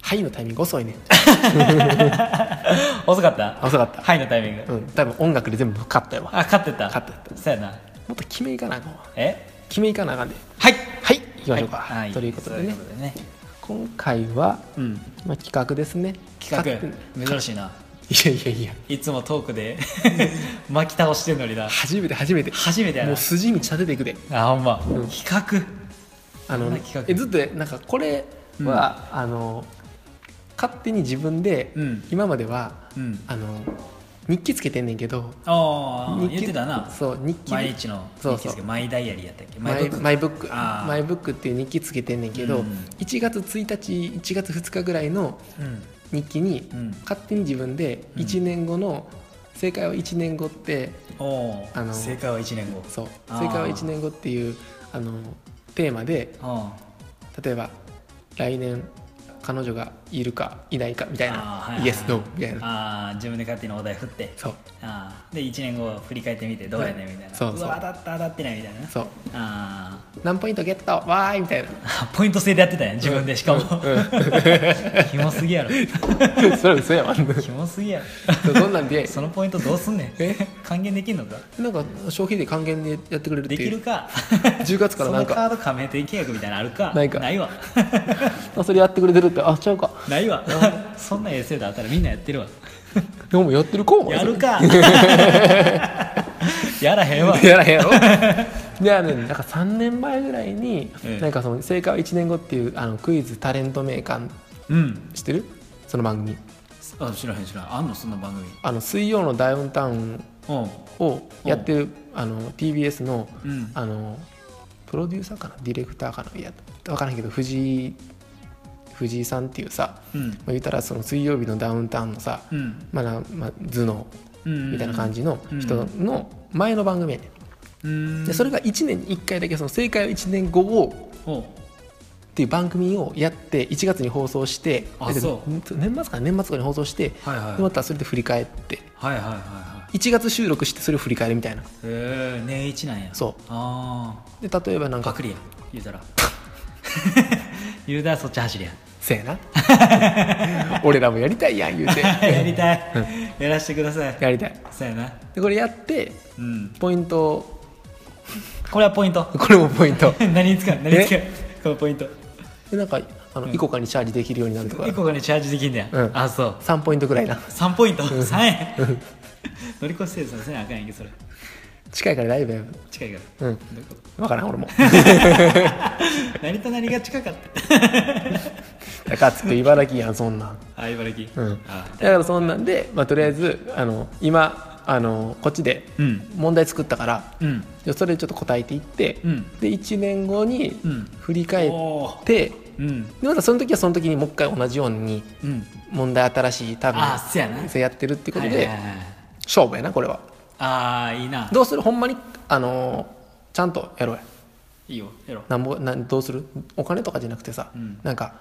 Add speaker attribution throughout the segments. Speaker 1: はいのタイミング遅いね
Speaker 2: 遅かった
Speaker 1: 遅かった
Speaker 2: はいのタイミング
Speaker 1: うん多分音楽で全部カットやわ
Speaker 2: あ勝ってた
Speaker 1: 勝ってた
Speaker 2: そうやな
Speaker 1: もっと決めいかなあかんわ
Speaker 2: え
Speaker 1: 決めいかなあかんで
Speaker 2: はい
Speaker 1: はい行きましょうか、
Speaker 2: は
Speaker 1: ということで
Speaker 2: そ
Speaker 1: ね
Speaker 2: ういうことでね
Speaker 1: 今回は、
Speaker 2: うん
Speaker 1: まあ、企画ですね
Speaker 2: 企画珍しいない
Speaker 1: やいやいや
Speaker 2: いつもトークで 巻き倒してんのにな
Speaker 1: 初めて初めて
Speaker 2: 初めてや
Speaker 1: も
Speaker 2: な
Speaker 1: う筋道立てていくで
Speaker 2: あほんま
Speaker 1: うん
Speaker 2: 比較
Speaker 1: あの
Speaker 2: こんな企画
Speaker 1: えずっとなんかこれは、あの勝手に自分で、
Speaker 2: うん
Speaker 1: 今までは
Speaker 2: うん
Speaker 1: あの日記つけてんねんけど
Speaker 2: ああ
Speaker 1: 日記
Speaker 2: 言ってたな
Speaker 1: そう日記
Speaker 2: 毎日の
Speaker 1: そうそう
Speaker 2: 日記ですけどマイダイアリーやったっけ
Speaker 1: マイ
Speaker 2: ブック
Speaker 1: マイブック
Speaker 2: あー
Speaker 1: マイブックっていう日記つけてんねんけど、
Speaker 2: うん
Speaker 1: 1月1日1月2日ぐらいの
Speaker 2: うん
Speaker 1: 日記に、
Speaker 2: うん
Speaker 1: 勝手に自分で
Speaker 2: うん
Speaker 1: 1年後の、正解は1年後って
Speaker 2: おお
Speaker 1: あの
Speaker 2: 正解は1年後
Speaker 1: そう
Speaker 2: あー
Speaker 1: 正解は1年後っていうあのテーマで
Speaker 2: あ
Speaker 1: 例えば来年彼女がいるかいないかみたい
Speaker 2: あー
Speaker 1: な
Speaker 2: はいはい
Speaker 1: イエスノーみたいな
Speaker 2: あー自分で勝手にお題振って
Speaker 1: そう
Speaker 2: あーで1年後振り返ってみてどうやねんみたいな
Speaker 1: そうそう
Speaker 2: わ当たった当たってないみたいな
Speaker 1: そう
Speaker 2: あー
Speaker 1: 何ポイントゲットわーいみたいな
Speaker 2: ポイント制でやってたんや自分でしかも ひもすぎやろ
Speaker 1: それは嘘やわ
Speaker 2: ひもすぎやろ
Speaker 1: そうそんなんで
Speaker 2: そのポイントどうすんねん
Speaker 1: え
Speaker 2: 還元できんのか
Speaker 1: なんか消費税還元でやってくれるって
Speaker 2: でき
Speaker 1: いう
Speaker 2: るか
Speaker 1: 10月から
Speaker 2: そ
Speaker 1: な
Speaker 2: の
Speaker 1: んか
Speaker 2: カード加盟店契約みたいなのあるか
Speaker 1: ないか
Speaker 2: ない わ
Speaker 1: あそれやってくれてるってあちゃうか
Speaker 2: ないわそんな衛生だったらみんなやってるわ
Speaker 1: でもやってるかお前
Speaker 2: やるか やらへんわ
Speaker 1: やらへん やろであのなんか3年前ぐらいに、
Speaker 2: ええ
Speaker 1: なんかその「正解は1年後」っていうあのクイズタレント名鑑
Speaker 2: うん
Speaker 1: 知ってるその番組
Speaker 2: あ知らへん知らへんあんのそんな番組
Speaker 1: あの水曜のダウンタウン
Speaker 2: うん
Speaker 1: をやってる、あの TBS の
Speaker 2: うん
Speaker 1: あのプロデューサーかなディレクターかないや分からんけど藤井藤井さんっていうさ、
Speaker 2: うん
Speaker 1: まあ、言ったらその水曜日のダウンタウンのさ、
Speaker 2: うん
Speaker 1: まあなまあ、頭脳
Speaker 2: うん
Speaker 1: みたいな感じの
Speaker 2: う
Speaker 1: 人の前の番組やね、
Speaker 2: うん
Speaker 1: ん、でそれが1年に1回だけその正解は1年後を
Speaker 2: おう
Speaker 1: っていう番組をやって1月に放送して
Speaker 2: あ
Speaker 1: だけど
Speaker 2: そ
Speaker 1: 年末かな年末かに放送して、
Speaker 2: はいはい
Speaker 1: でまたそれで振り返って
Speaker 2: はいはいはいは
Speaker 1: 1月収録してそれを振り返るみたいない
Speaker 2: へえ年一なんや
Speaker 1: そう
Speaker 2: あ
Speaker 1: で例えばなん
Speaker 2: あ
Speaker 1: か
Speaker 2: パクリや言うたら 言うたらそっち走りや
Speaker 1: せやな 俺らもやりたいやん言うて
Speaker 2: やりたいやらしてください
Speaker 1: やりたい
Speaker 2: そうやな
Speaker 1: でこれやって
Speaker 2: うん
Speaker 1: ポイント
Speaker 2: これはポイント
Speaker 1: これもポイント
Speaker 2: 何に使う何に使うこのポイント
Speaker 1: でなんかあの、イコカにチャージできるようになるとか
Speaker 2: 1個がねチャージできんだよ、
Speaker 1: うん
Speaker 2: あそう
Speaker 1: 3ポイントぐらいな
Speaker 2: 3ポイント3円 乗り越し生産せなあかんやんけそれ
Speaker 1: 近いから大丈夫や
Speaker 2: 近いから
Speaker 1: ぶうん
Speaker 2: どういうこと
Speaker 1: 分からん俺も
Speaker 2: 何と何が近かった
Speaker 1: 高津区茨城やんそんなん
Speaker 2: あ茨城、
Speaker 1: うん
Speaker 2: あ
Speaker 1: だからそんなんで、まあ、とりあえずあの今あのこっちで
Speaker 2: うん
Speaker 1: 問題作ったから、
Speaker 2: うん
Speaker 1: じゃあそれちょっと答えていって、
Speaker 2: うん
Speaker 1: で1年後に
Speaker 2: うん
Speaker 1: 振り返っ
Speaker 2: おー
Speaker 1: て、
Speaker 2: うん
Speaker 1: でまたその時はその時にもう一回同じように
Speaker 2: うん
Speaker 1: 問題新しい多分
Speaker 2: あーそうやな
Speaker 1: そうやってるってことで、
Speaker 2: はいはいはいはい
Speaker 1: 勝負やなこれは
Speaker 2: ああいいな
Speaker 1: どうするほんまにあのーちゃんとやろうや
Speaker 2: いいよやろう
Speaker 1: なんぼなんどうするお金とかじゃなくてさ、
Speaker 2: うん
Speaker 1: なんか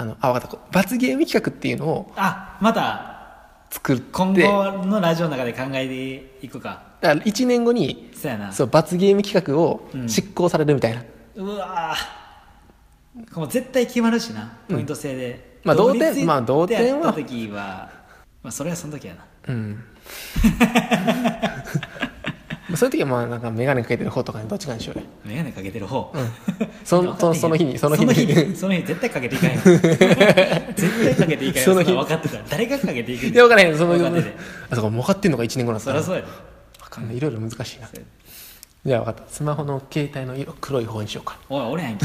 Speaker 1: あのあ分かった罰ゲーム企画っていうのを
Speaker 2: あまた
Speaker 1: 作って
Speaker 2: 今
Speaker 1: だ
Speaker 2: 後のラジオの中で考えていくか
Speaker 1: から1年後に
Speaker 2: そうやな
Speaker 1: そう罰ゲーム企画を
Speaker 2: うん
Speaker 1: 執行されるみたいな、
Speaker 2: うわーもう絶対決まるしなポイント制で、
Speaker 1: まあ同点
Speaker 2: 同率
Speaker 1: まあ同点は
Speaker 2: やった時はまあそれはその時やな
Speaker 1: うん。そういう時はまあなんか眼鏡かけてる方とかにどっちかにしようよ
Speaker 2: 眼鏡かけてる方、
Speaker 1: そのそのその日にその日に
Speaker 2: その日にその日絶対かけてい かんよ絶対かけていかんよ
Speaker 1: そ
Speaker 2: そ
Speaker 1: の
Speaker 2: の
Speaker 1: 日
Speaker 2: 日分かってたら誰がかけていくねん
Speaker 1: いや分からへんその
Speaker 2: 分かってて
Speaker 1: あそこ儲かってんのか1年後なんす
Speaker 2: そ
Speaker 1: か
Speaker 2: りゃそうやで
Speaker 1: わかんないいろいろ難しいな
Speaker 2: そうやで
Speaker 1: じゃあ分かったスマホの携帯の色黒い方にしようか
Speaker 2: おい俺やんけ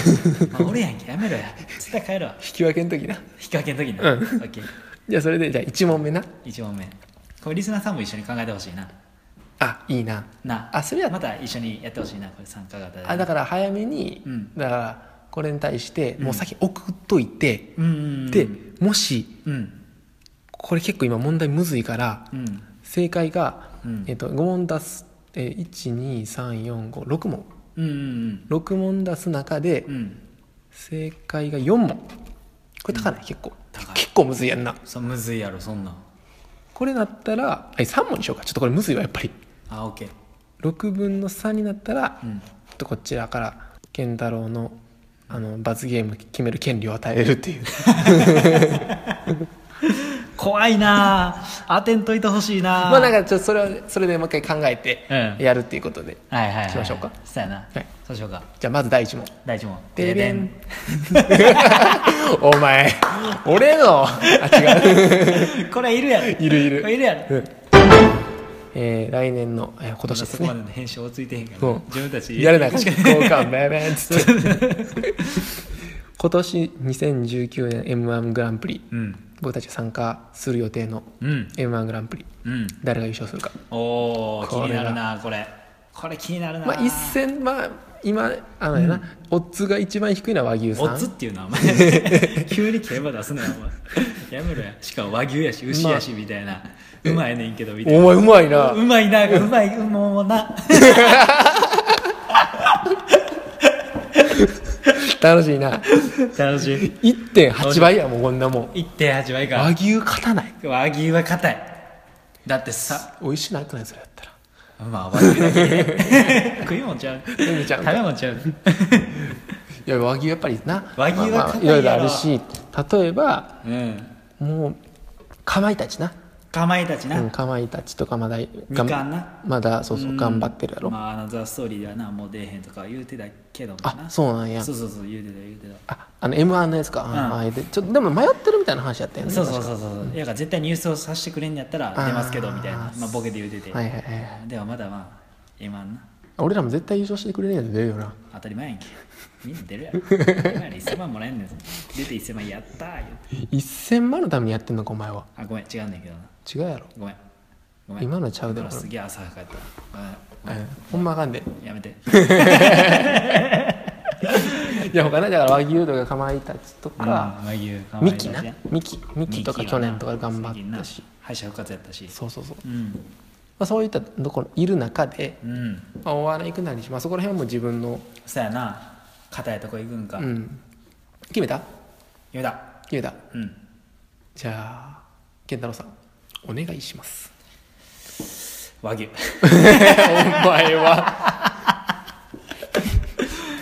Speaker 2: おい俺やんけやめろや絶対帰ろう
Speaker 1: 引き分けの時な
Speaker 2: 引っ掛けの時にな、
Speaker 1: うん
Speaker 2: オッケー
Speaker 1: じゃあそれでじゃあ1問目な
Speaker 2: 1問目これリスナーさんも一緒に考えてほしいな
Speaker 1: あいいな
Speaker 2: な
Speaker 1: あそれや
Speaker 2: また一緒にやってほしいなこれ参加型で
Speaker 1: あだから早めに、
Speaker 2: うん
Speaker 1: だからこれに対してもう先送っといて、
Speaker 2: うんうんうん
Speaker 1: でもし
Speaker 2: うん
Speaker 1: これ結構今問題むずいから、
Speaker 2: うん
Speaker 1: 正解が、
Speaker 2: うん
Speaker 1: えっと5問出す、えー、12345問
Speaker 2: うんうん
Speaker 1: 6問出す中で、
Speaker 2: うんうん
Speaker 1: 正解が4問これ高ない、結構
Speaker 2: 高い
Speaker 1: 結構むずいやんな
Speaker 2: そうむずいやろそんなん
Speaker 1: これなったらあ3問にしようかちょっとこれむずいわやっぱり
Speaker 2: あオッケー
Speaker 1: 6分の3になったら、
Speaker 2: うん
Speaker 1: ちょっとこちらから健太郎のああの罰ゲーム決める権利を与えるっていう
Speaker 2: 怖いなあ当てんといてほしいな
Speaker 1: まあなんかちょっとそれはそれでもう一回考えて
Speaker 2: うん
Speaker 1: やるっていうことで、
Speaker 2: はいはいはい
Speaker 1: しましょうか
Speaker 2: そうやな、
Speaker 1: はい
Speaker 2: そうしようか
Speaker 1: じゃあまず第一問
Speaker 2: 第一問
Speaker 1: ででん
Speaker 2: ん
Speaker 1: お前俺のあ違う
Speaker 2: これいるやろ
Speaker 1: いるいる
Speaker 2: これいるやろ
Speaker 1: うん えー来年の、えー今年で
Speaker 2: そ
Speaker 1: す
Speaker 2: こま
Speaker 1: ね
Speaker 2: での編集追いついてへんから、
Speaker 1: そう
Speaker 2: 自分たち
Speaker 1: やれなかった
Speaker 2: 確
Speaker 1: 交換バイバイっつって 今年2019年 m 1グランプリ
Speaker 2: うん
Speaker 1: 僕たちが参加する予定の
Speaker 2: うん
Speaker 1: m 1グランプリ
Speaker 2: うん
Speaker 1: 誰が優勝するか
Speaker 2: おお気
Speaker 1: こ
Speaker 2: に
Speaker 1: れが
Speaker 2: なるなこれこれ気になるな、
Speaker 1: まあ一戦まあ今あのやな、オッズが一番低いのは和牛さん
Speaker 2: オッズっていうのはお 前急に競馬出すなよお前やめろやしかも和牛やし牛やしみたいな、うまいねんけどみたい
Speaker 1: お前うまい
Speaker 2: な
Speaker 1: な
Speaker 2: うまいなうまいもうな
Speaker 1: 楽しいな
Speaker 2: 楽しい
Speaker 1: 1.8倍やもうこんなもん
Speaker 2: 1.8倍
Speaker 1: 和
Speaker 2: か
Speaker 1: 牛勝たない
Speaker 2: 和牛は硬いだってさ
Speaker 1: 美味しなくないそれやったら
Speaker 2: まあ和牛だ けね食いもんちゃう食
Speaker 1: いもんちゃう
Speaker 2: 食べもんち ゃう
Speaker 1: いや和牛やっぱりな
Speaker 2: 和牛は
Speaker 1: まあまあ
Speaker 2: 硬い
Speaker 1: いろ
Speaker 2: やろ
Speaker 1: いろあるし例えば
Speaker 2: うん
Speaker 1: もうかまいたちな、
Speaker 2: かまいたちな、
Speaker 1: うん、かまいたちとかまだ
Speaker 2: み
Speaker 1: が
Speaker 2: か
Speaker 1: ん
Speaker 2: んな
Speaker 1: まだそうそう、頑張ってるやろ、
Speaker 2: まあ、あのザ・ストーリーではなもう出えへんとか言うてたけどもな
Speaker 1: あそうなんや
Speaker 2: そうそうそう言うてた言うてた
Speaker 1: ああの m 1のやつか、
Speaker 2: ん
Speaker 1: ああれでちょっとでも迷ってるみたいな話やったよね
Speaker 2: そうそうそうそういや絶対ニュースをさせてくれんやったら出ますけどみたいなまあ、ボケで言うてて、
Speaker 1: はいはいはい
Speaker 2: ではまだまあ今な
Speaker 1: 俺らも絶対優勝してくれねえやつ出るよな
Speaker 2: 当たり前やん けみんな出るやろ今や1000万もらえんねんぞ出て1000万やったー言うて
Speaker 1: 1000万のためにやってんのかお前は
Speaker 2: あごめん違うねんけどな
Speaker 1: 違うやろ
Speaker 2: ごめんごめん
Speaker 1: 今のちゃうで
Speaker 2: 今の
Speaker 1: これ
Speaker 2: すげえ浅はかやったごめん
Speaker 1: ええほんまあかんで
Speaker 2: やめて
Speaker 1: いや他ねだから和牛とかかまいたちとか、
Speaker 2: うん和牛かま
Speaker 1: ミ
Speaker 2: いたち
Speaker 1: キ
Speaker 2: や
Speaker 1: なミキミキとか
Speaker 2: ミキはな
Speaker 1: 去年とか頑張ったし
Speaker 2: 最近な敗者復活やったし
Speaker 1: そうそうそう、ま
Speaker 2: うん
Speaker 1: あ、そういったところいる中で、
Speaker 2: うん
Speaker 1: まあ、お笑い行くなりし、まあ、そこら辺はもう自分の、
Speaker 2: そやな硬いとこ行くんか、
Speaker 1: う、
Speaker 2: 言うん
Speaker 1: 決めた
Speaker 2: だ
Speaker 1: 決めた
Speaker 2: うん
Speaker 1: じゃあ健太郎さんお願いします
Speaker 2: 和牛い
Speaker 1: お前は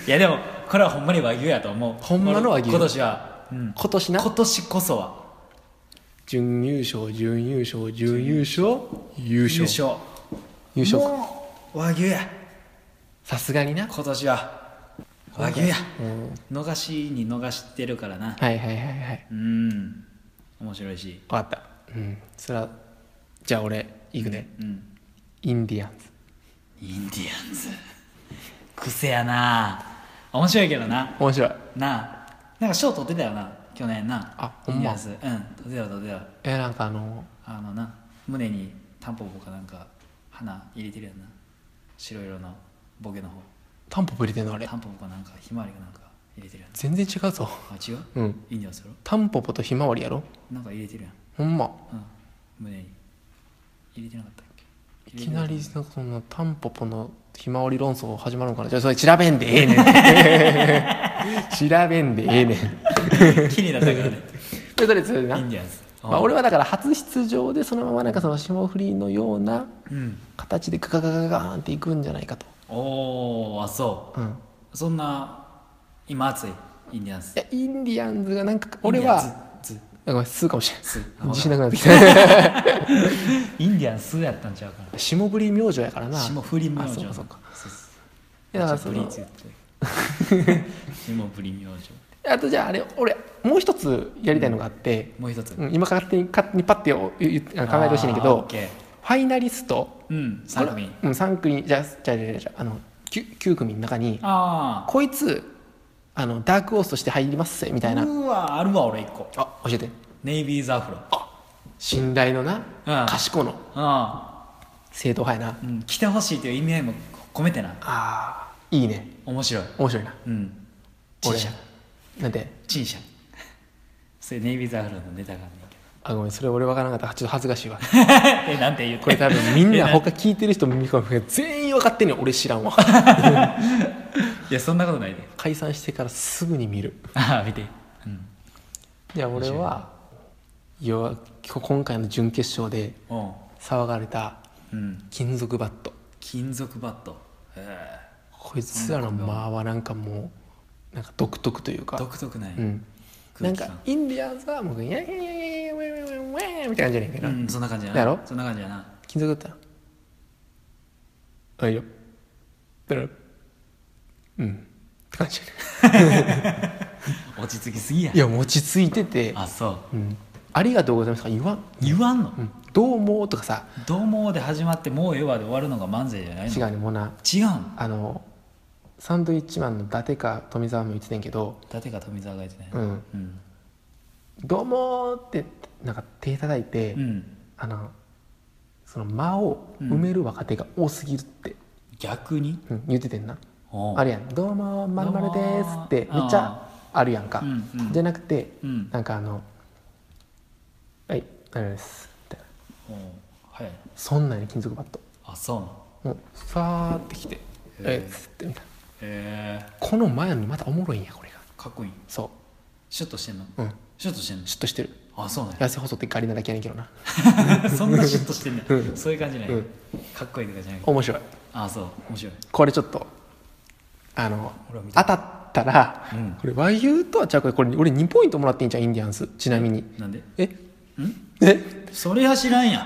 Speaker 2: やでもこれはほんまに和牛やと思う
Speaker 1: ほんまの和牛
Speaker 2: 今年は、うん、
Speaker 1: 今年な
Speaker 2: 今年こそは
Speaker 1: 準優勝準優勝準優勝優
Speaker 2: 優
Speaker 1: 勝
Speaker 2: 勝
Speaker 1: 優勝か
Speaker 2: もう和牛や
Speaker 1: さすがにな
Speaker 2: 今年は和牛や
Speaker 1: うん
Speaker 2: 逃しに逃してるからな
Speaker 1: はいはいはいはい
Speaker 2: うん面白いし
Speaker 1: 分かったうんそれはじゃあ俺いくね、
Speaker 2: うん
Speaker 1: インディアンズ
Speaker 2: インディアンズ癖やな面白いけどな
Speaker 1: 面白い
Speaker 2: なあなんか賞取ってたよな去年な
Speaker 1: あほんま
Speaker 2: インディアンズうん取ってた取ってた
Speaker 1: えなんかあの
Speaker 2: あのな胸にタンポポかなんか花入れてるやんな白色のボケの方
Speaker 1: タンポポ入れてんのあれ
Speaker 2: タンポポかなんかひまわりかなんか入れてるやん
Speaker 1: 全然違うぞ
Speaker 2: あ違う、
Speaker 1: うん
Speaker 2: いいんじゃないそれ
Speaker 1: タンポポとひまわりやろ
Speaker 2: なんか入れてるやん、
Speaker 1: ほんま
Speaker 2: うん、胸に入れてなかったっけ
Speaker 1: いきなりなんかそんなタンポポのひまわり論争始まるんかなじゃあそれ調べんでええねん 調べんでええねん
Speaker 2: 入 れて気になったからね
Speaker 1: とりあえずな
Speaker 2: インディアンズ
Speaker 1: まあ、俺はだから初出場でそのままなんかその霜降りのような
Speaker 2: うん
Speaker 1: 形でガガガガガーンっていくんじゃないかと、
Speaker 2: おおあそ
Speaker 1: うん、
Speaker 2: うそんな今熱いインディアンズ
Speaker 1: いやインディアンズがなんか俺は
Speaker 2: インディアンズズ
Speaker 1: あごめん吸うかもし
Speaker 2: 吸う
Speaker 1: れ
Speaker 2: あ
Speaker 1: ん自信なくなってきた
Speaker 2: インディアンスやったんちゃうか な
Speaker 1: 霜降り明星やからな
Speaker 2: 霜降り明星
Speaker 1: あそうかそうか
Speaker 2: そうそ
Speaker 1: い
Speaker 2: う
Speaker 1: やだからそ
Speaker 2: ブリ
Speaker 1: の
Speaker 2: ーチ って霜降り明星
Speaker 1: あとじゃああれ俺もう一つやりたいのがあって、
Speaker 2: もう一つ
Speaker 1: うん今勝手に勝手にパッてよ言うあの考えてほしいんだけ
Speaker 2: あーオ
Speaker 1: ど
Speaker 2: ッケ
Speaker 1: ファイナリスト
Speaker 2: ーうん3組
Speaker 1: これうん3組じゃあじゃあじゃあじゃああの 9, 九組の中に
Speaker 2: あ
Speaker 1: こいつあのダークホースとして入りますぜみたい
Speaker 2: あ
Speaker 1: な
Speaker 2: うわあるわ俺一個
Speaker 1: あ教えて
Speaker 2: ネイビーズアフロ
Speaker 1: 信頼のな
Speaker 2: うん
Speaker 1: 賢の
Speaker 2: あ
Speaker 1: 正統派やな
Speaker 2: あ、うん、来てほしいという意味合いも込めてな
Speaker 1: あーいいね
Speaker 2: 面白い
Speaker 1: 面白いな
Speaker 2: うん陳
Speaker 1: 俺
Speaker 2: 謝
Speaker 1: なんで
Speaker 2: 陳謝それネイビーズアフロのネタがあんねんけ
Speaker 1: あごめんそれ俺分からなかったちょっと恥ずかしいわ
Speaker 2: ど えなんて言うて
Speaker 1: これ多分みんな他聞いてる人も見込む全員分かってんねん俺知らんわ
Speaker 2: いやそんなことないで
Speaker 1: 解散してからすぐに見る
Speaker 2: ああ見てうん
Speaker 1: じゃあ俺はいや今日今回の準決勝で
Speaker 2: おう
Speaker 1: 騒がれた
Speaker 2: うん
Speaker 1: 金属バット
Speaker 2: 金属バットへえ
Speaker 1: こいつらの間はなんかもうなんか独特というか、
Speaker 2: 独特なんや、
Speaker 1: うん、な
Speaker 2: 空
Speaker 1: ん
Speaker 2: 気感
Speaker 1: かインディアンズはもう「イエイイエイイエイイエイイエイイエイみたいな感じじゃねえか
Speaker 2: う
Speaker 1: な、
Speaker 2: んそんな感じやな
Speaker 1: やろ
Speaker 2: そんな感じやな
Speaker 1: 金属だったらあいいよだからうんって感じじゃない
Speaker 2: 落ち着きすぎや
Speaker 1: いやもう落ち着いてて
Speaker 2: あそ
Speaker 1: 「
Speaker 2: う
Speaker 1: うん、ありがとうございます」とか言わん
Speaker 2: 言わんの、
Speaker 1: うん「どうも」とかさ
Speaker 2: どうもーで始まってもうええわで終わるのが漫才じゃないの
Speaker 1: 違うねもうな
Speaker 2: 違うん
Speaker 1: あのサンドイッチマンの伊達か富澤も言ってたんやけど
Speaker 2: 伊達か富澤が言ってね
Speaker 1: 「うん、
Speaker 2: うん
Speaker 1: どうも」ってなんか手叩いて、
Speaker 2: うん
Speaker 1: あのその間を埋める若手が多すぎるって、
Speaker 2: 逆に
Speaker 1: うん言っててんな
Speaker 2: おう
Speaker 1: あるやん「どうもまるまるです」って
Speaker 2: どう
Speaker 1: め
Speaker 2: も
Speaker 1: っちゃあるやんか、
Speaker 2: うんうん
Speaker 1: じゃなくて、
Speaker 2: うん
Speaker 1: なんかあの「はいあれです」みたいな
Speaker 2: おう早い
Speaker 1: そんなんに金属バット
Speaker 2: あそうなの
Speaker 1: もうさーってきて「
Speaker 2: へー
Speaker 1: えっ?」つってみたいな
Speaker 2: へえ
Speaker 1: この前のまたおもろいんやこれが
Speaker 2: かっこいい
Speaker 1: そ
Speaker 2: シュッとしてんの
Speaker 1: ううん
Speaker 2: シュッとしてんの
Speaker 1: 嫉妬してる
Speaker 2: あそうなんや
Speaker 1: 痩せ細ってガリなだけやねんけどな
Speaker 2: そんなシュッとしてんね
Speaker 1: うん
Speaker 2: んそういう感じなんや
Speaker 1: うん
Speaker 2: かっこいいとかじゃない
Speaker 1: 面白い
Speaker 2: あそう面白い
Speaker 1: これちょっとあの
Speaker 2: ほら見て
Speaker 1: 当たったら、
Speaker 2: うん
Speaker 1: これ和牛とはちゃうこれこれ俺2ポイントもらっていいんじゃんインディアンスちなみに
Speaker 2: なんで
Speaker 1: え
Speaker 2: ん
Speaker 1: え
Speaker 2: それは知らんやん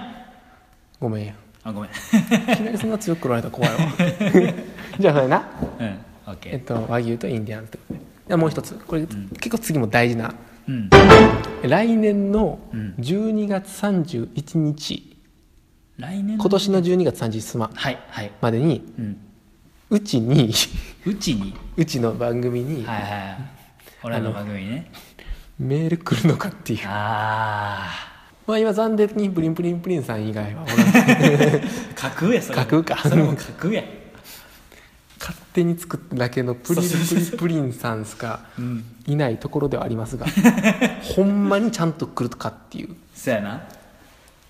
Speaker 1: ごめんや
Speaker 2: あごめん
Speaker 1: いきなりそんな強く来られたら 怖いわじゃあそれな、
Speaker 2: うんオッケ
Speaker 1: えっ
Speaker 2: ー
Speaker 1: と、和牛とインディアンスってことででもう一つこれ、結構次も大事な
Speaker 2: うん
Speaker 1: 来年の
Speaker 2: うん
Speaker 1: 12月31日、
Speaker 2: 来年
Speaker 1: 今年の12月31日ま
Speaker 2: はいはい
Speaker 1: までに
Speaker 2: うん
Speaker 1: うちに
Speaker 2: うちに
Speaker 1: うちの番組に
Speaker 2: はいはいはい俺らの番組ね
Speaker 1: メール来るのかっていう
Speaker 2: あ
Speaker 1: まあ今残念にプリンプリンプリンさん以外はおらん
Speaker 2: あ架空やそれ
Speaker 1: 架空か
Speaker 2: それも架空や
Speaker 1: 勝手に作っただけのプリンプリンプリンさんしか
Speaker 2: うん
Speaker 1: いないところではあります がほんまにちゃんと来るかっていう
Speaker 2: そやな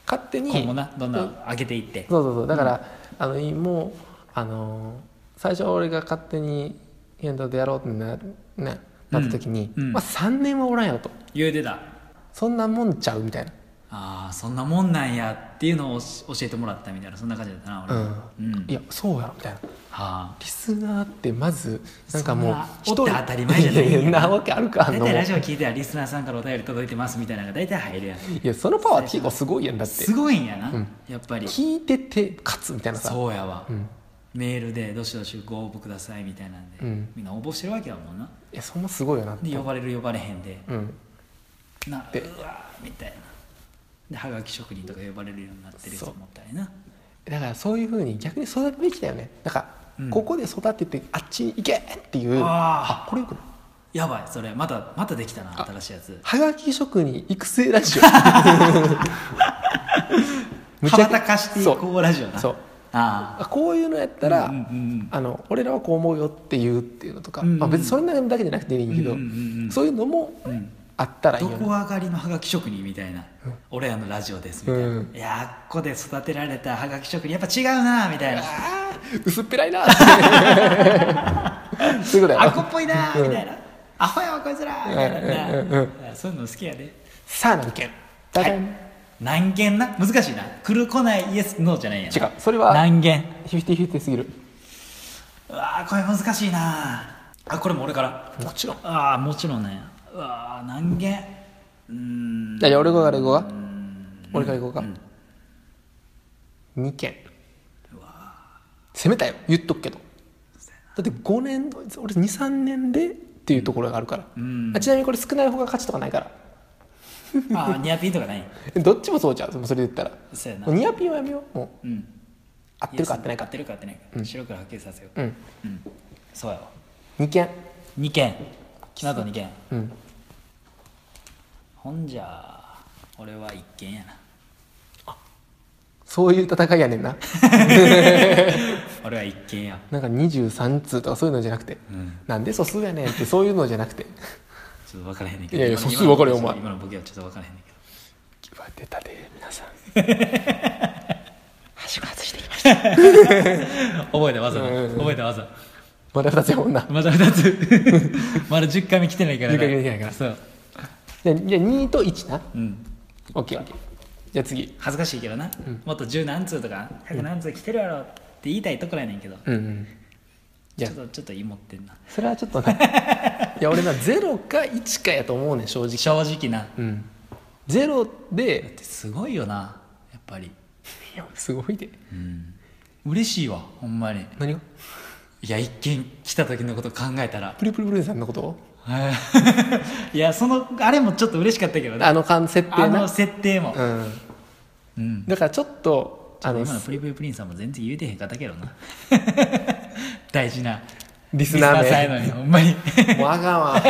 Speaker 1: 勝手に
Speaker 2: 今後などんどん上げていって
Speaker 1: そうそうそうだから、あのいもうあのー最初俺が勝手にイベントでやろうってな,、ね、なった時に、
Speaker 2: うんうん
Speaker 1: まあ、3年はおらんやろと
Speaker 2: 言うてた
Speaker 1: そんなもんちゃうみたいな、
Speaker 2: ああそんなもんなんやっていうのを教えてもらったみたいなそんな感じだったな俺も
Speaker 1: うん
Speaker 2: うん
Speaker 1: いやそうやろみたいな
Speaker 2: はあ
Speaker 1: リスナーってまずなんかもう
Speaker 2: そんなおって当たり前じゃない
Speaker 1: いやいやなわけあるかあんな
Speaker 2: 大
Speaker 1: もん
Speaker 2: 体
Speaker 1: い
Speaker 2: ラジオ聞いたらリスナーさんからお便り届いてますみたいなのが大体入るやん
Speaker 1: やそのパワーって結構すごいやんだって
Speaker 2: すごいんやな、
Speaker 1: うん
Speaker 2: やっぱり
Speaker 1: 聞いてて勝つみたいなさ
Speaker 2: そうやわ、
Speaker 1: ん
Speaker 2: メールでどしどしご応募くださいみたいなんで、
Speaker 1: うん
Speaker 2: みんな応募してるわけやもんない
Speaker 1: やそんなすごいよなって
Speaker 2: で呼ばれる呼ばれへんで、
Speaker 1: うん
Speaker 2: な
Speaker 1: で
Speaker 2: うわーみたいなではがき職人とか呼ばれるようになってると思ったりな
Speaker 1: だからそういうふうに逆に育ててきたよねなんか、
Speaker 2: うん
Speaker 1: ここで育ててあっち行けっていう
Speaker 2: あ
Speaker 1: これよくない
Speaker 2: やばいそれまたまたできたな新しいやつ
Speaker 1: はがき職人育成ラ ジオむち
Speaker 2: 羽
Speaker 1: ゃ
Speaker 2: ば
Speaker 1: く
Speaker 2: たかしてい
Speaker 1: そ
Speaker 2: こ
Speaker 1: う
Speaker 2: うラジオな
Speaker 1: そう
Speaker 2: あ
Speaker 1: あこういうのやったら、
Speaker 2: うんうんうん
Speaker 1: あの俺らはこう思うよっていうっていうのとか、
Speaker 2: うんうん
Speaker 1: まあ、別にそれだけじゃなくていいけど、
Speaker 2: うんうんうんうん
Speaker 1: そういうのも
Speaker 2: あうん
Speaker 1: あったらいい
Speaker 2: ど
Speaker 1: よね
Speaker 2: こ上がりのハガキ職人みたいな、俺らのラジオですみたいな、
Speaker 1: うん
Speaker 2: いやーここで育てられたハガキ職人やっぱ違うなーみたいな
Speaker 1: あー薄っぺらいな ってそういうことや
Speaker 2: ア
Speaker 1: ろ
Speaker 2: ホっぽいなーみたいな、アホやわこいつらーみた
Speaker 1: うん
Speaker 2: い
Speaker 1: うん
Speaker 2: ななそういうの好きやで
Speaker 1: さあ何件だだん
Speaker 2: 難言な難しいな来る来ないイエスノーじゃないや
Speaker 1: 違
Speaker 2: ん
Speaker 1: うそれは
Speaker 2: 難言
Speaker 1: フィフティフィフティすぎる
Speaker 2: うわーこれ難しいなあこれも俺から
Speaker 1: もちろん
Speaker 2: ああもちろんねうわー難言うー ん
Speaker 1: じゃあ俺から行こうか俺から行こうか、2件攻めたよ言っとくけどだって5年俺23年でっていうところがあるから、
Speaker 2: うん
Speaker 1: あちなみにこれ少ない方が勝ちとかないから
Speaker 2: あーニアピンとかない
Speaker 1: どっちもそうじゃんそれで言ったら
Speaker 2: そうやな
Speaker 1: もうニアピンはやめようもう
Speaker 2: うん
Speaker 1: 合ってるか合ってないか
Speaker 2: 合ってるか合ってないか、白黒はっきりさせよう
Speaker 1: うん
Speaker 2: うんそうやわ
Speaker 1: 2件
Speaker 2: 2件など2件
Speaker 1: うん
Speaker 2: ほんじゃ俺は1件やな
Speaker 1: そういう戦いやねんな
Speaker 2: 俺は1件や
Speaker 1: なんか23通とかそういうのじゃなくて、
Speaker 2: ん
Speaker 1: なんで素数やねんってそういうのじゃなくて
Speaker 2: ちょっと分からへんねんけど
Speaker 1: いやいや
Speaker 2: 今
Speaker 1: 素
Speaker 2: の
Speaker 1: 数分かるよお前
Speaker 2: 今のボケはちょっと分からへんねんけど
Speaker 1: は出たで皆さん
Speaker 2: 覚えたわざ、
Speaker 1: うんうん
Speaker 2: 覚えたわざ
Speaker 1: まだ2つやもんな
Speaker 2: まだ2つ まだ10回目来てないから
Speaker 1: 10回目来てないから
Speaker 2: そう
Speaker 1: じゃあじゃあ2と1な
Speaker 2: うん
Speaker 1: オッケーオッケーじゃあ次
Speaker 2: 恥ずかしいけどな、もっと十何通とか百何通来てるやろって言いたいところやねんけど、
Speaker 1: うんうんいや
Speaker 2: ちょっとちょっと芋ってんな
Speaker 1: それはちょっとねいや俺な0か1かやと思うねん正直
Speaker 2: 正直なだ
Speaker 1: うん0で
Speaker 2: ってすごいよなやっぱり
Speaker 1: いやすごいで
Speaker 2: うん嬉しいわほんまに
Speaker 1: 何が
Speaker 2: いや一見来た時のこと考えた ら
Speaker 1: プリプリプリンさんのこと
Speaker 2: はいいやそのあれもちょっと嬉しかったけどね
Speaker 1: あの感設
Speaker 2: あ
Speaker 1: 定
Speaker 2: の
Speaker 1: な
Speaker 2: 設定も
Speaker 1: うん
Speaker 2: うん
Speaker 1: だからちょっとあ
Speaker 2: あの
Speaker 1: の
Speaker 2: 今のプリプリプリンさんも全然言うてへんかったけ どな大事な
Speaker 1: リスナー名
Speaker 2: さんやのにほんまに
Speaker 1: もうあかんわ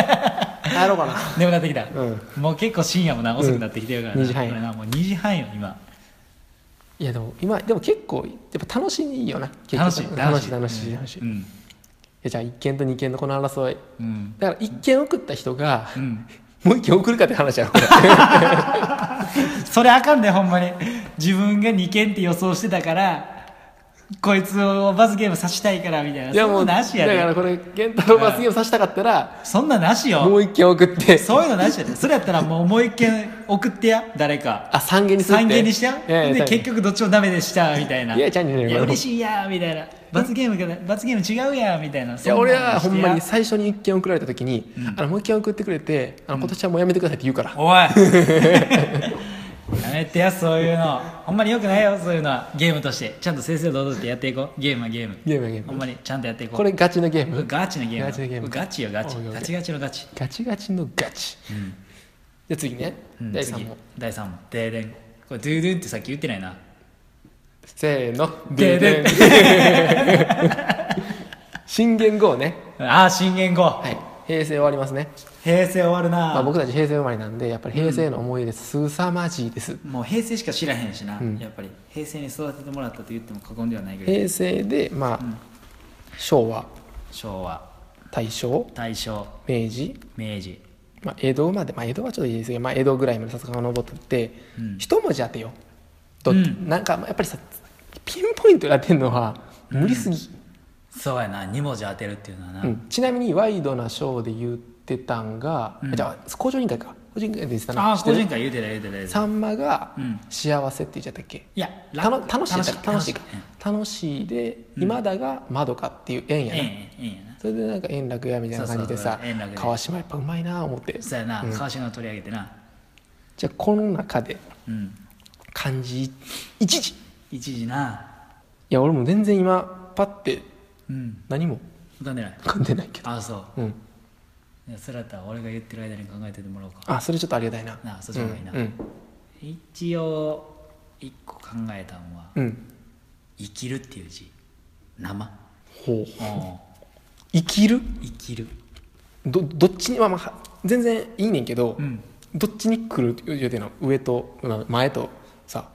Speaker 1: 帰ろうかな
Speaker 2: 眠なってきた、
Speaker 1: う
Speaker 2: もう結構深夜もな遅くなってきてるからな、
Speaker 1: うん2時半や
Speaker 2: これなもう2時半よ今
Speaker 1: いやでも今でも結構やっぱ楽しいよな結局
Speaker 2: 楽しい
Speaker 1: うん楽しい楽しい楽しい
Speaker 2: うん
Speaker 1: いやじゃあ1件と2件のこの争い
Speaker 2: うん、
Speaker 1: だから1件送った人が
Speaker 2: うん、
Speaker 1: もう1件送るかって話やろ これ
Speaker 2: それあかんでほんまに自分が2件って予想してたからこいつをバスゲームさしたいからみたいない
Speaker 1: やも
Speaker 2: そ
Speaker 1: うん
Speaker 2: な
Speaker 1: だ
Speaker 2: んなしや
Speaker 1: か
Speaker 2: で
Speaker 1: らこれ源太郎が次を刺したかったら
Speaker 2: そんなんなし
Speaker 1: も
Speaker 2: よ
Speaker 1: う1件送って
Speaker 2: そういうのなしやでそれやったらもうもう一件送ってや誰か
Speaker 1: あ三3件にするって
Speaker 2: 三限にしてや
Speaker 1: いやいや単
Speaker 2: で
Speaker 1: 元
Speaker 2: 結局どっちもダメでしたみたいない
Speaker 1: やちゃんとね
Speaker 2: いや嬉しいやみたいな罰ゲームが罰ゲーム違うやみたいない
Speaker 1: や俺はほんまに
Speaker 2: そ
Speaker 1: 最初に1件送られた時に、あのもう1件送ってくれてあの今年はもうやめてくださいって言うから、
Speaker 2: んなんしてやおいやめてやそういうのほんまによくないよそういうのはゲームとしてちゃんと正々堂々ってやっていこうゲームはゲーム
Speaker 1: ゲームやゲー
Speaker 2: ほ
Speaker 1: ム
Speaker 2: んまにちゃんとやっていこう
Speaker 1: これガチのゲー
Speaker 2: これ
Speaker 1: ム
Speaker 2: ガチのゲーム
Speaker 1: ガチのゲーム
Speaker 2: ガチよガチ
Speaker 1: オッケーオッケー
Speaker 2: ガチガチのガチ
Speaker 1: ガチガチのガチ、
Speaker 2: ん
Speaker 1: じゃあ次ね、
Speaker 2: うん
Speaker 1: 第3
Speaker 2: 次
Speaker 1: 問
Speaker 2: 第3問デーデンこれドゥードゥンってさっき言ってないな
Speaker 1: せーの
Speaker 2: でで
Speaker 1: ででん 新元号ね
Speaker 2: ああ新元号
Speaker 1: はい平成終わりますね、
Speaker 2: 平成終わるな
Speaker 1: まあ、僕たち平成生まれなんでやっぱり平成の思い出です、さまじいです
Speaker 2: もう平成しか知らへんしな、
Speaker 1: ん
Speaker 2: やっぱり平成に育ててもらったと言っても過言ではないぐらい
Speaker 1: 平成でまあ、昭和
Speaker 2: 昭和
Speaker 1: 大正
Speaker 2: 大正
Speaker 1: 明治
Speaker 2: 明治
Speaker 1: まあ、江戸まで、まあ、江戸はちょっといいですけど、まあ、江戸ぐらいまでさすがに登ってって、
Speaker 2: うん
Speaker 1: 一文字当てよと、
Speaker 2: うん
Speaker 1: なんかまあやっぱりさピンポイントで当てるのは無理すぎ、
Speaker 2: そうやな2文字当てるっていうのはな、
Speaker 1: うんちなみにワイドなショーで言ってたんが、
Speaker 2: うん
Speaker 1: あじゃあ公聴委員会か公聴委員会で言ってたな
Speaker 2: ああ
Speaker 1: 知って
Speaker 2: 個
Speaker 1: る
Speaker 2: 人会言うてた言うてた言うてた
Speaker 1: さんまが
Speaker 2: うん
Speaker 1: 「幸せ」って言っちゃったっけ、
Speaker 2: いや
Speaker 1: たの楽しいだから楽しいか
Speaker 2: 楽
Speaker 1: 楽しいで、今田が「まどか」っていう縁
Speaker 2: うん
Speaker 1: や
Speaker 2: え
Speaker 1: な、
Speaker 2: えええええやな
Speaker 1: それでなんか円楽やみたいな感じで
Speaker 2: そう
Speaker 1: さ
Speaker 2: そう円楽や
Speaker 1: 川島やっぱうまいなあ思って
Speaker 2: そうやな、川島の取り上げてな
Speaker 1: じゃあこの中で
Speaker 2: うん
Speaker 1: 漢字一字
Speaker 2: 一時ない
Speaker 1: や俺も全然今パッて
Speaker 2: うん
Speaker 1: 何も
Speaker 2: 浮かんでない
Speaker 1: 噛んでないけど
Speaker 2: ああそう
Speaker 1: うん
Speaker 2: いやそれやったら俺が言ってる間に考えててもらおうか
Speaker 1: あそれちょっとありがたいな
Speaker 2: なあそっちの方がいいな
Speaker 1: うん
Speaker 2: 一応一個考えたんは
Speaker 1: うん、うん
Speaker 2: 「生きる」っていう字生
Speaker 1: ほう
Speaker 2: うん
Speaker 1: 生きる
Speaker 2: 生きる
Speaker 1: どどっちにまあまあは全然いいねんけど、
Speaker 2: うん
Speaker 1: どっちに来る予定なの上とな前とさ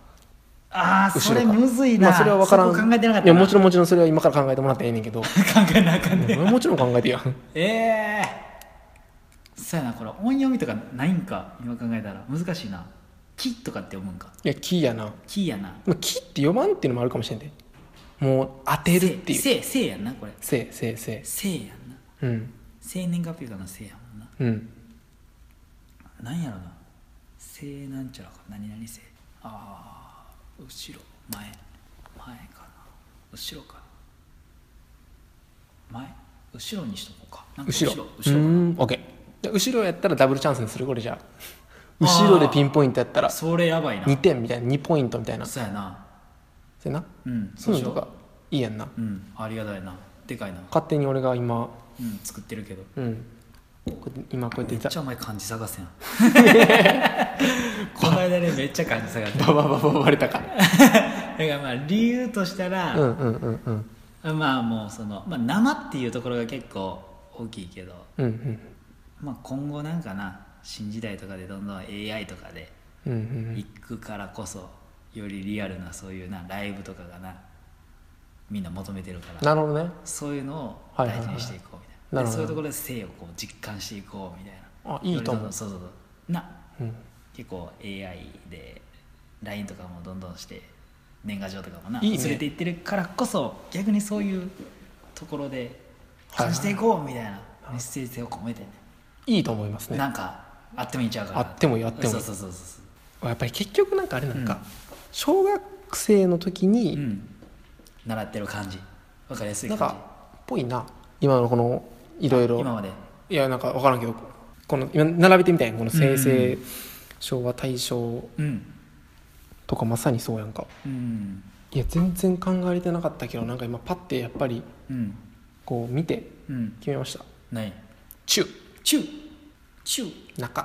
Speaker 2: ああ
Speaker 1: 後
Speaker 2: そ
Speaker 1: ろ
Speaker 2: れ
Speaker 1: か
Speaker 2: むずいな、
Speaker 1: まあ、それは分からん
Speaker 2: そこ考えてなかった
Speaker 1: いやもち
Speaker 2: ろ
Speaker 1: ろんもちろんそれは今から考えてもらっていいねんけど
Speaker 2: ん 考えなあかんね
Speaker 1: もちろん考えてやん
Speaker 2: ええー、そうやなこれ音読みとかないんか今考えたら難しいな「木」とかって読むんか
Speaker 1: いや木やな
Speaker 2: 「木」やな
Speaker 1: まあ木って読まんっていうのもあるかもしれんでもう当
Speaker 2: 「
Speaker 1: てるっていう
Speaker 2: せい」せいせいやんなこれ「
Speaker 1: せいせいせい
Speaker 2: せい」やんな
Speaker 1: うん
Speaker 2: 生年月日かの「せい」やもんな
Speaker 1: うん
Speaker 2: なんやろな「せい」なんちゃらか何々せいああ後ろ前前かな後ろか前後ろにしとこうかなんか
Speaker 1: 後ろ
Speaker 2: 後ろ
Speaker 1: う
Speaker 2: 後ろ
Speaker 1: んオッケーじゃあ後ろやったらダブルチャンスにするこれじゃあ後ろでピンポイントやったら
Speaker 2: それやばいな
Speaker 1: 2点みたいな2ポイントみたいなそ
Speaker 2: そうやな
Speaker 1: れな
Speaker 2: うん
Speaker 1: そういう
Speaker 2: し
Speaker 1: の
Speaker 2: よ
Speaker 1: とかいいやんな
Speaker 2: ううんありがたいなでかいな
Speaker 1: 勝手に俺が今
Speaker 2: うん作ってるけど
Speaker 1: うんこうやって今こうや
Speaker 2: め
Speaker 1: っ
Speaker 2: ってちゃ
Speaker 1: さ
Speaker 2: お前漢字 探せんこの間ねめっちゃ漢字探せ んだか
Speaker 1: ババババババレたから
Speaker 2: まあ理由としたら、
Speaker 1: うんうんうんうん
Speaker 2: まあもうその、まあ、生っていうところが結構大きいけど、
Speaker 1: うんうん
Speaker 2: まあ、今後なんかな新時代とかでどんどん AI とかで
Speaker 1: うんうん
Speaker 2: 行くからこそよりリアルなそういうなライブとかがなみんな求めてるから
Speaker 1: なるほどね
Speaker 2: そういうのを大事にしていこう
Speaker 1: はいは
Speaker 2: みたいな,、
Speaker 1: いはいなるほど
Speaker 2: でそういうところで性をこう実感していこうみたいな
Speaker 1: あいいと思う
Speaker 2: そうそうそうな
Speaker 1: うん
Speaker 2: 結構 AI で LINE とかもどんどんして年賀状とかもない
Speaker 1: いね
Speaker 2: 連れて行ってるからこそ逆にそういうところで感じていこうみたいなメッセージ性を込めてね、
Speaker 1: いいと思いますね
Speaker 2: なんかあってもいいんちゃうかな
Speaker 1: あってもいいあってもいい
Speaker 2: そうそうそうそう
Speaker 1: やっぱり結局なんかあれなんか小学生の時
Speaker 2: う
Speaker 1: に
Speaker 2: ん習ってる感じわかりやすい
Speaker 1: なん
Speaker 2: 感
Speaker 1: かっぽいな今のこのいろいろ
Speaker 2: 今まで
Speaker 1: いやなんか分からんけどこの今並べてみたいんこの
Speaker 2: うん
Speaker 1: 生成昭和大正
Speaker 2: うん
Speaker 1: とかまさにそうやんか
Speaker 2: うん
Speaker 1: いや全然考えれてなかったけどなんか今パッてやっぱり
Speaker 2: うん
Speaker 1: こう見て
Speaker 2: うん
Speaker 1: 決めました
Speaker 2: 何
Speaker 1: 中
Speaker 2: 中中
Speaker 1: 中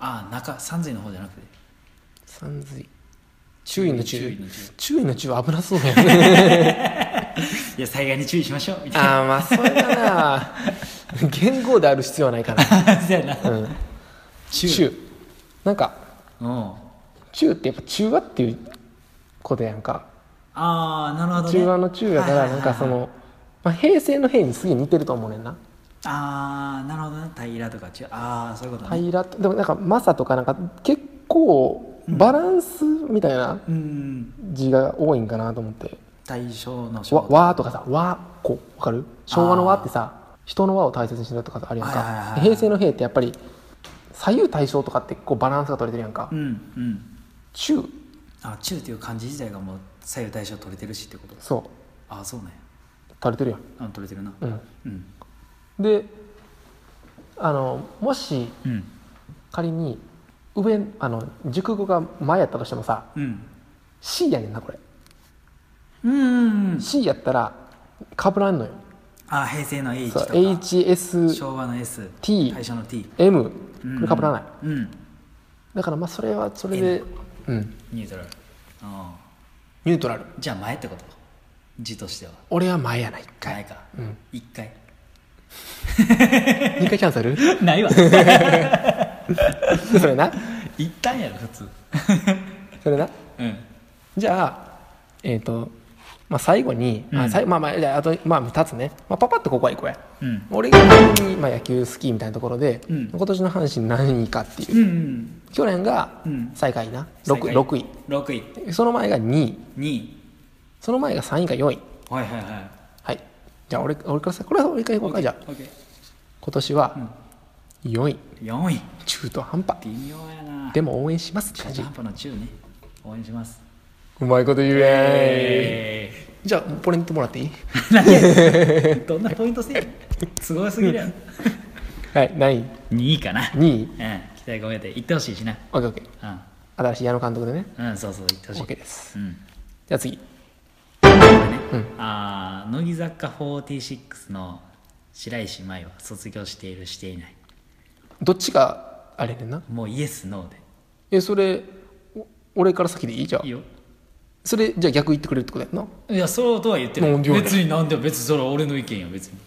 Speaker 2: ああ中三髄の方じゃなくて
Speaker 1: 三髄注意の
Speaker 2: 注
Speaker 1: 中
Speaker 2: 意の注
Speaker 1: 注意の中危なそうやね
Speaker 2: 意いや災害に注意しましょうみたい
Speaker 1: ああまあそれだな 言語である必要はないかな、
Speaker 2: な そうやな
Speaker 1: うん、
Speaker 2: 中
Speaker 1: なんか
Speaker 2: うん
Speaker 1: 中ってやっぱ中和っていうことやんか
Speaker 2: ああなるほど、ね、
Speaker 1: 中和の中やから
Speaker 2: はいは
Speaker 1: ないん
Speaker 2: はいはい
Speaker 1: かその、まあ、平成の平にすげえ似てると思うねんな
Speaker 2: ああなるほどね平とか中ああそういうことね、
Speaker 1: 平とでもなんかマサとかなんか結構バランスみたいな
Speaker 2: うん
Speaker 1: 字が多いんかなと思って
Speaker 2: 大正の
Speaker 1: 「わ」和とかさ「和」こうわかる昭和の「和」ってさ人の和を大切にしてるとかあるやん
Speaker 2: はいはいはい
Speaker 1: か
Speaker 2: はい
Speaker 1: 平成の平ってやっぱり左右対称とかってこうバランスが取れてるやんか
Speaker 2: うんうん
Speaker 1: 中
Speaker 2: あ中っていう漢字自体がもう左右対称取れてるしってこと
Speaker 1: そう
Speaker 2: ああそうね
Speaker 1: 取れてるやん
Speaker 2: あ取れてるな
Speaker 1: うん
Speaker 2: うん
Speaker 1: であのもし
Speaker 2: うん
Speaker 1: 仮に上あの熟語が前やったとしてもさ
Speaker 2: うん、
Speaker 1: C やねんなこれ
Speaker 2: うんうん、
Speaker 1: C やったらかぶらんのよ
Speaker 2: あ平成の H と
Speaker 1: そう
Speaker 2: か
Speaker 1: HSM
Speaker 2: 昭和の S
Speaker 1: T
Speaker 2: 大正の T
Speaker 1: これかぶらない
Speaker 2: うん
Speaker 1: だからまあそれはそれでうん
Speaker 2: ニュートラルあ
Speaker 1: ニュートラル
Speaker 2: ーじゃあ前ってこと字としては
Speaker 1: 俺は前やな一回
Speaker 2: 前か
Speaker 1: うん
Speaker 2: 一回
Speaker 1: 二回チャンスある
Speaker 2: ないわ
Speaker 1: それな
Speaker 2: 一旦やろ普通
Speaker 1: それな
Speaker 2: うん
Speaker 1: じゃあえっとまあ最後に
Speaker 2: う
Speaker 1: あ
Speaker 2: ん
Speaker 1: さいまあまあじゃああとまあ二つねまあパパッとここは行こうや
Speaker 2: うん
Speaker 1: 俺が仮にまあ野球好きみたいなところで、
Speaker 2: うん
Speaker 1: 今年の阪神何位かっていう
Speaker 2: う、んうん
Speaker 1: 去年が
Speaker 2: うん
Speaker 1: 最下位な、
Speaker 2: 最
Speaker 1: 六
Speaker 2: 下位
Speaker 1: 六位
Speaker 2: 6位
Speaker 1: その前が2位
Speaker 2: 2位
Speaker 1: その前が3位か4位
Speaker 2: はいはいはい
Speaker 1: はいじゃあ俺俺からさこれは俺からいこうかじゃあ
Speaker 2: OK
Speaker 1: 今年は4位
Speaker 2: 4位
Speaker 1: 中途半端
Speaker 2: 微妙やな
Speaker 1: でも応援しますって
Speaker 2: 中
Speaker 1: 感
Speaker 2: 途
Speaker 1: じ
Speaker 2: 半端の中ね応援します
Speaker 1: うまいこと言うね
Speaker 2: ええ
Speaker 1: じゃあポイントもらっていい
Speaker 2: どんなポイント制すごいすぎる やん
Speaker 1: はい何位
Speaker 2: 2位かなうん
Speaker 1: 2位
Speaker 2: 期待込めて行ってほしいしな
Speaker 1: OKOK
Speaker 2: う
Speaker 1: 新しい矢野監督でね
Speaker 2: んうんそうそう行ってほしい
Speaker 1: OK です
Speaker 2: うん
Speaker 1: じゃあ次
Speaker 2: これねあー乃木坂46の白石麻衣は卒業しているしていない
Speaker 1: どっちがあれやねんな
Speaker 2: もうイエスノーで
Speaker 1: えそれお俺から先でいいじゃあ
Speaker 2: いいよ
Speaker 1: それじゃあ逆言ってくれるってことやんない
Speaker 2: やそうとは言ってない
Speaker 1: なんでよ
Speaker 2: 別になんでよ別にそれは俺の意見よ別に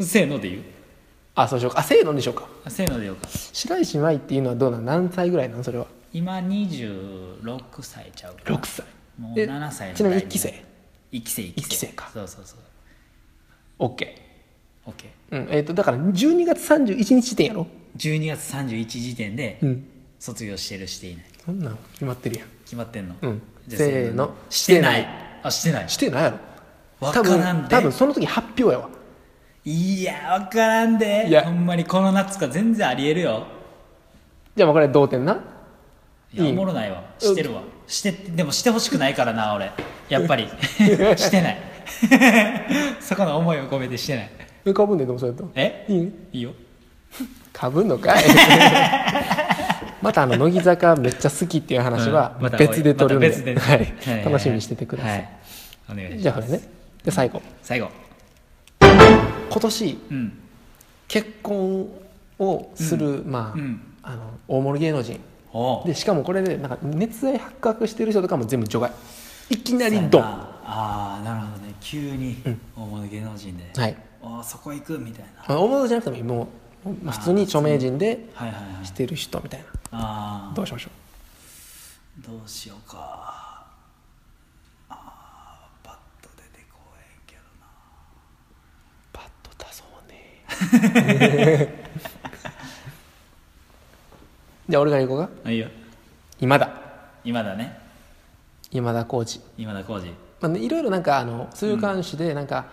Speaker 2: せーので言う
Speaker 1: あそうしようかあせーのでしょうか
Speaker 2: あせーので言おうか
Speaker 1: 白石麻衣っていうのはどうなん何歳ぐらいなんそれは
Speaker 2: 今26歳ちゃうかな
Speaker 1: 6歳
Speaker 2: もう
Speaker 1: え
Speaker 2: 7歳の
Speaker 1: ちなみに
Speaker 2: 代
Speaker 1: 1期生
Speaker 2: 1期生1
Speaker 1: 1期生か
Speaker 2: そうそうそう
Speaker 1: OK、
Speaker 2: OK
Speaker 1: うんえー、とだから12月31日時点やろ
Speaker 2: 12月31時点で
Speaker 1: うん
Speaker 2: 卒業してるしていない
Speaker 1: そんなん決まってるやん
Speaker 2: 決まってんの、
Speaker 1: うん
Speaker 2: じゃあ
Speaker 1: せーの
Speaker 2: してない
Speaker 1: して
Speaker 2: あしてない
Speaker 1: してないやろ
Speaker 2: わからん
Speaker 1: 多分
Speaker 2: で
Speaker 1: 多分その時発表やわ
Speaker 2: いや分からんで
Speaker 1: いや
Speaker 2: ほんまにこの夏か全然ありえるよ
Speaker 1: じゃあまあこれ同点ない
Speaker 2: や
Speaker 1: いい
Speaker 2: おもろないわしてるわしてでもしてほしくないからな俺やっ ぱりしてない そこの思いを込めてしてない
Speaker 1: えかぶんででもそうやった
Speaker 2: え
Speaker 1: いい
Speaker 2: いいよ
Speaker 1: かぶんの かいまたあの乃木坂めっちゃ好きっていう話は
Speaker 2: うんまた
Speaker 1: 別で撮るんで,、
Speaker 2: また別でね
Speaker 1: は
Speaker 2: はいはいはい
Speaker 1: い、楽しみにしててください、
Speaker 2: はいお願いします
Speaker 1: じゃあこれねで最後
Speaker 2: 最後
Speaker 1: 今年
Speaker 2: うん
Speaker 1: 結婚をする、まあ、
Speaker 2: うん
Speaker 1: あの大物芸能人
Speaker 2: おう
Speaker 1: でしかもこれでなんか熱愛発覚してる人とかも全部除外いきな
Speaker 2: そう
Speaker 1: り
Speaker 2: やな
Speaker 1: ドン
Speaker 2: ああなるほどね急に大物芸能人で、
Speaker 1: はい
Speaker 2: ああそこ行くみたいな
Speaker 1: まあ大物じゃなくてもいいもうまあ普通に著名人で
Speaker 2: はいはいはい
Speaker 1: してる人みたいな
Speaker 2: ああ
Speaker 1: どうしましょ
Speaker 2: どうしようかあーパッと出てこえんけど
Speaker 1: うパッ
Speaker 2: な
Speaker 1: と出そうね じゃあ俺から行こうか
Speaker 2: あいいよ
Speaker 1: 今田
Speaker 2: 今だね
Speaker 1: 今田耕司
Speaker 2: 今田耕司
Speaker 1: まあね、いろいろなんかあの週刊誌でなんか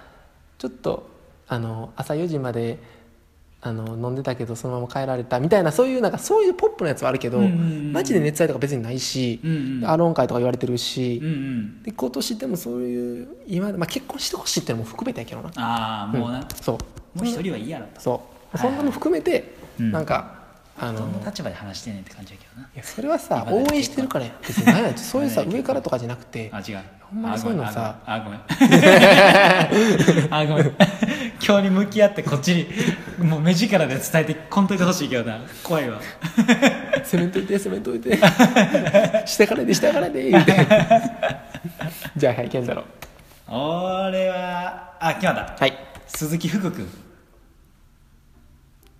Speaker 1: ちょっと、あの朝4時まであの飲んでたけどそのまま帰られたみたいなそういうなんかそういうポップなやつはあるけど、
Speaker 2: うんうんうん
Speaker 1: マジで熱愛とか別にないし、
Speaker 2: うんうん
Speaker 1: アローン会とか言われてるし、
Speaker 2: うんうん
Speaker 1: で今年でもそういう今、まあ、結婚してほしいっていうのも含めてやけどな
Speaker 2: ああもうな、
Speaker 1: そう
Speaker 2: もう一人は嫌だと
Speaker 1: そう
Speaker 2: はい
Speaker 1: そんなの含めて、
Speaker 2: うん
Speaker 1: なんかあ
Speaker 2: ど
Speaker 1: の
Speaker 2: んな立場で話してんねんって感じやけどない
Speaker 1: やそれはさ
Speaker 2: 今
Speaker 1: 応
Speaker 2: だけ
Speaker 1: 援してるからや別に何 やそういうさ
Speaker 2: 今だけ
Speaker 1: 上からとかじゃなくて
Speaker 2: あ違う
Speaker 1: ほんまにそういうのさ
Speaker 2: あごめんあごめ んあごめん今日に向き合ってこっちにもう目力で伝えてこんといてほしいけどな怖いわ
Speaker 1: 攻めといて攻めとい て下からで下からで言うてじゃあはい健太郎
Speaker 2: 俺はあ決まった、
Speaker 1: はい
Speaker 2: 鈴木福君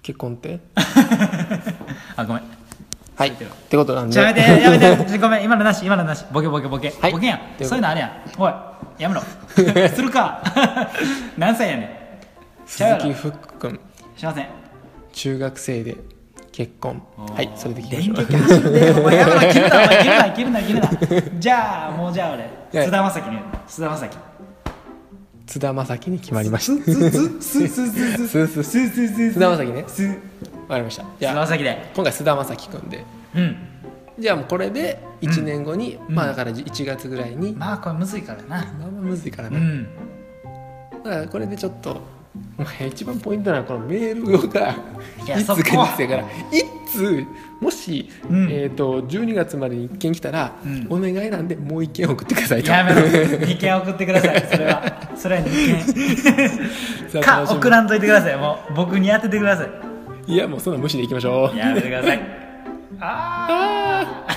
Speaker 1: 結婚って
Speaker 2: あごめん
Speaker 1: はい
Speaker 2: てろ
Speaker 1: ってことなんで
Speaker 2: ちょやめてやめてやめてごめん今のなし今のなしボケボケボケ、
Speaker 1: はい
Speaker 2: ボケや
Speaker 1: という
Speaker 2: ん
Speaker 1: こと
Speaker 2: そういうのあれやんおいやめ ろするか 何歳やねんちゃ
Speaker 1: 鈴
Speaker 2: うやろ
Speaker 1: 木福君
Speaker 2: すいません
Speaker 1: 中学生で結婚はいそれでいきましょう
Speaker 2: 電撃走るねお前やめろ切るなお前切るな切るな切るなじゃあもうじゃあ俺
Speaker 1: はい
Speaker 2: 菅田将暉ね菅田将暉
Speaker 1: 津田将暉に決まりました
Speaker 2: すすすすすすす
Speaker 1: すす
Speaker 2: すすす
Speaker 1: 菅田将暉ね
Speaker 2: す
Speaker 1: わかりましたじ
Speaker 2: 菅
Speaker 1: ゃ
Speaker 2: 田
Speaker 1: あ
Speaker 2: 将暉で
Speaker 1: 今回須田将暉君で
Speaker 2: うん
Speaker 1: じゃあもうこれで1年後に、まあだから1月ぐらいに、
Speaker 2: まあこれむずいからな
Speaker 1: まあまあむずいから
Speaker 2: う
Speaker 1: な、
Speaker 2: ん
Speaker 1: だからこれでちょっと、まあ、一番ポイントなのはこのメールが
Speaker 2: いや
Speaker 1: いつ
Speaker 2: そ
Speaker 1: か
Speaker 2: こ
Speaker 1: ですから一通もし、
Speaker 2: うん
Speaker 1: えー、と12月までに1件来たら、
Speaker 2: うん
Speaker 1: お願いなんでもう1件送ってくださいと
Speaker 2: やめろ2 件送ってくださいそれはそれは2
Speaker 1: さ
Speaker 2: 件
Speaker 1: あ
Speaker 2: か
Speaker 1: 楽しみ
Speaker 2: 送らんといてくださいもう僕に当ててください
Speaker 1: いやもうそんな無視でいきましょう
Speaker 2: やめてくださいああ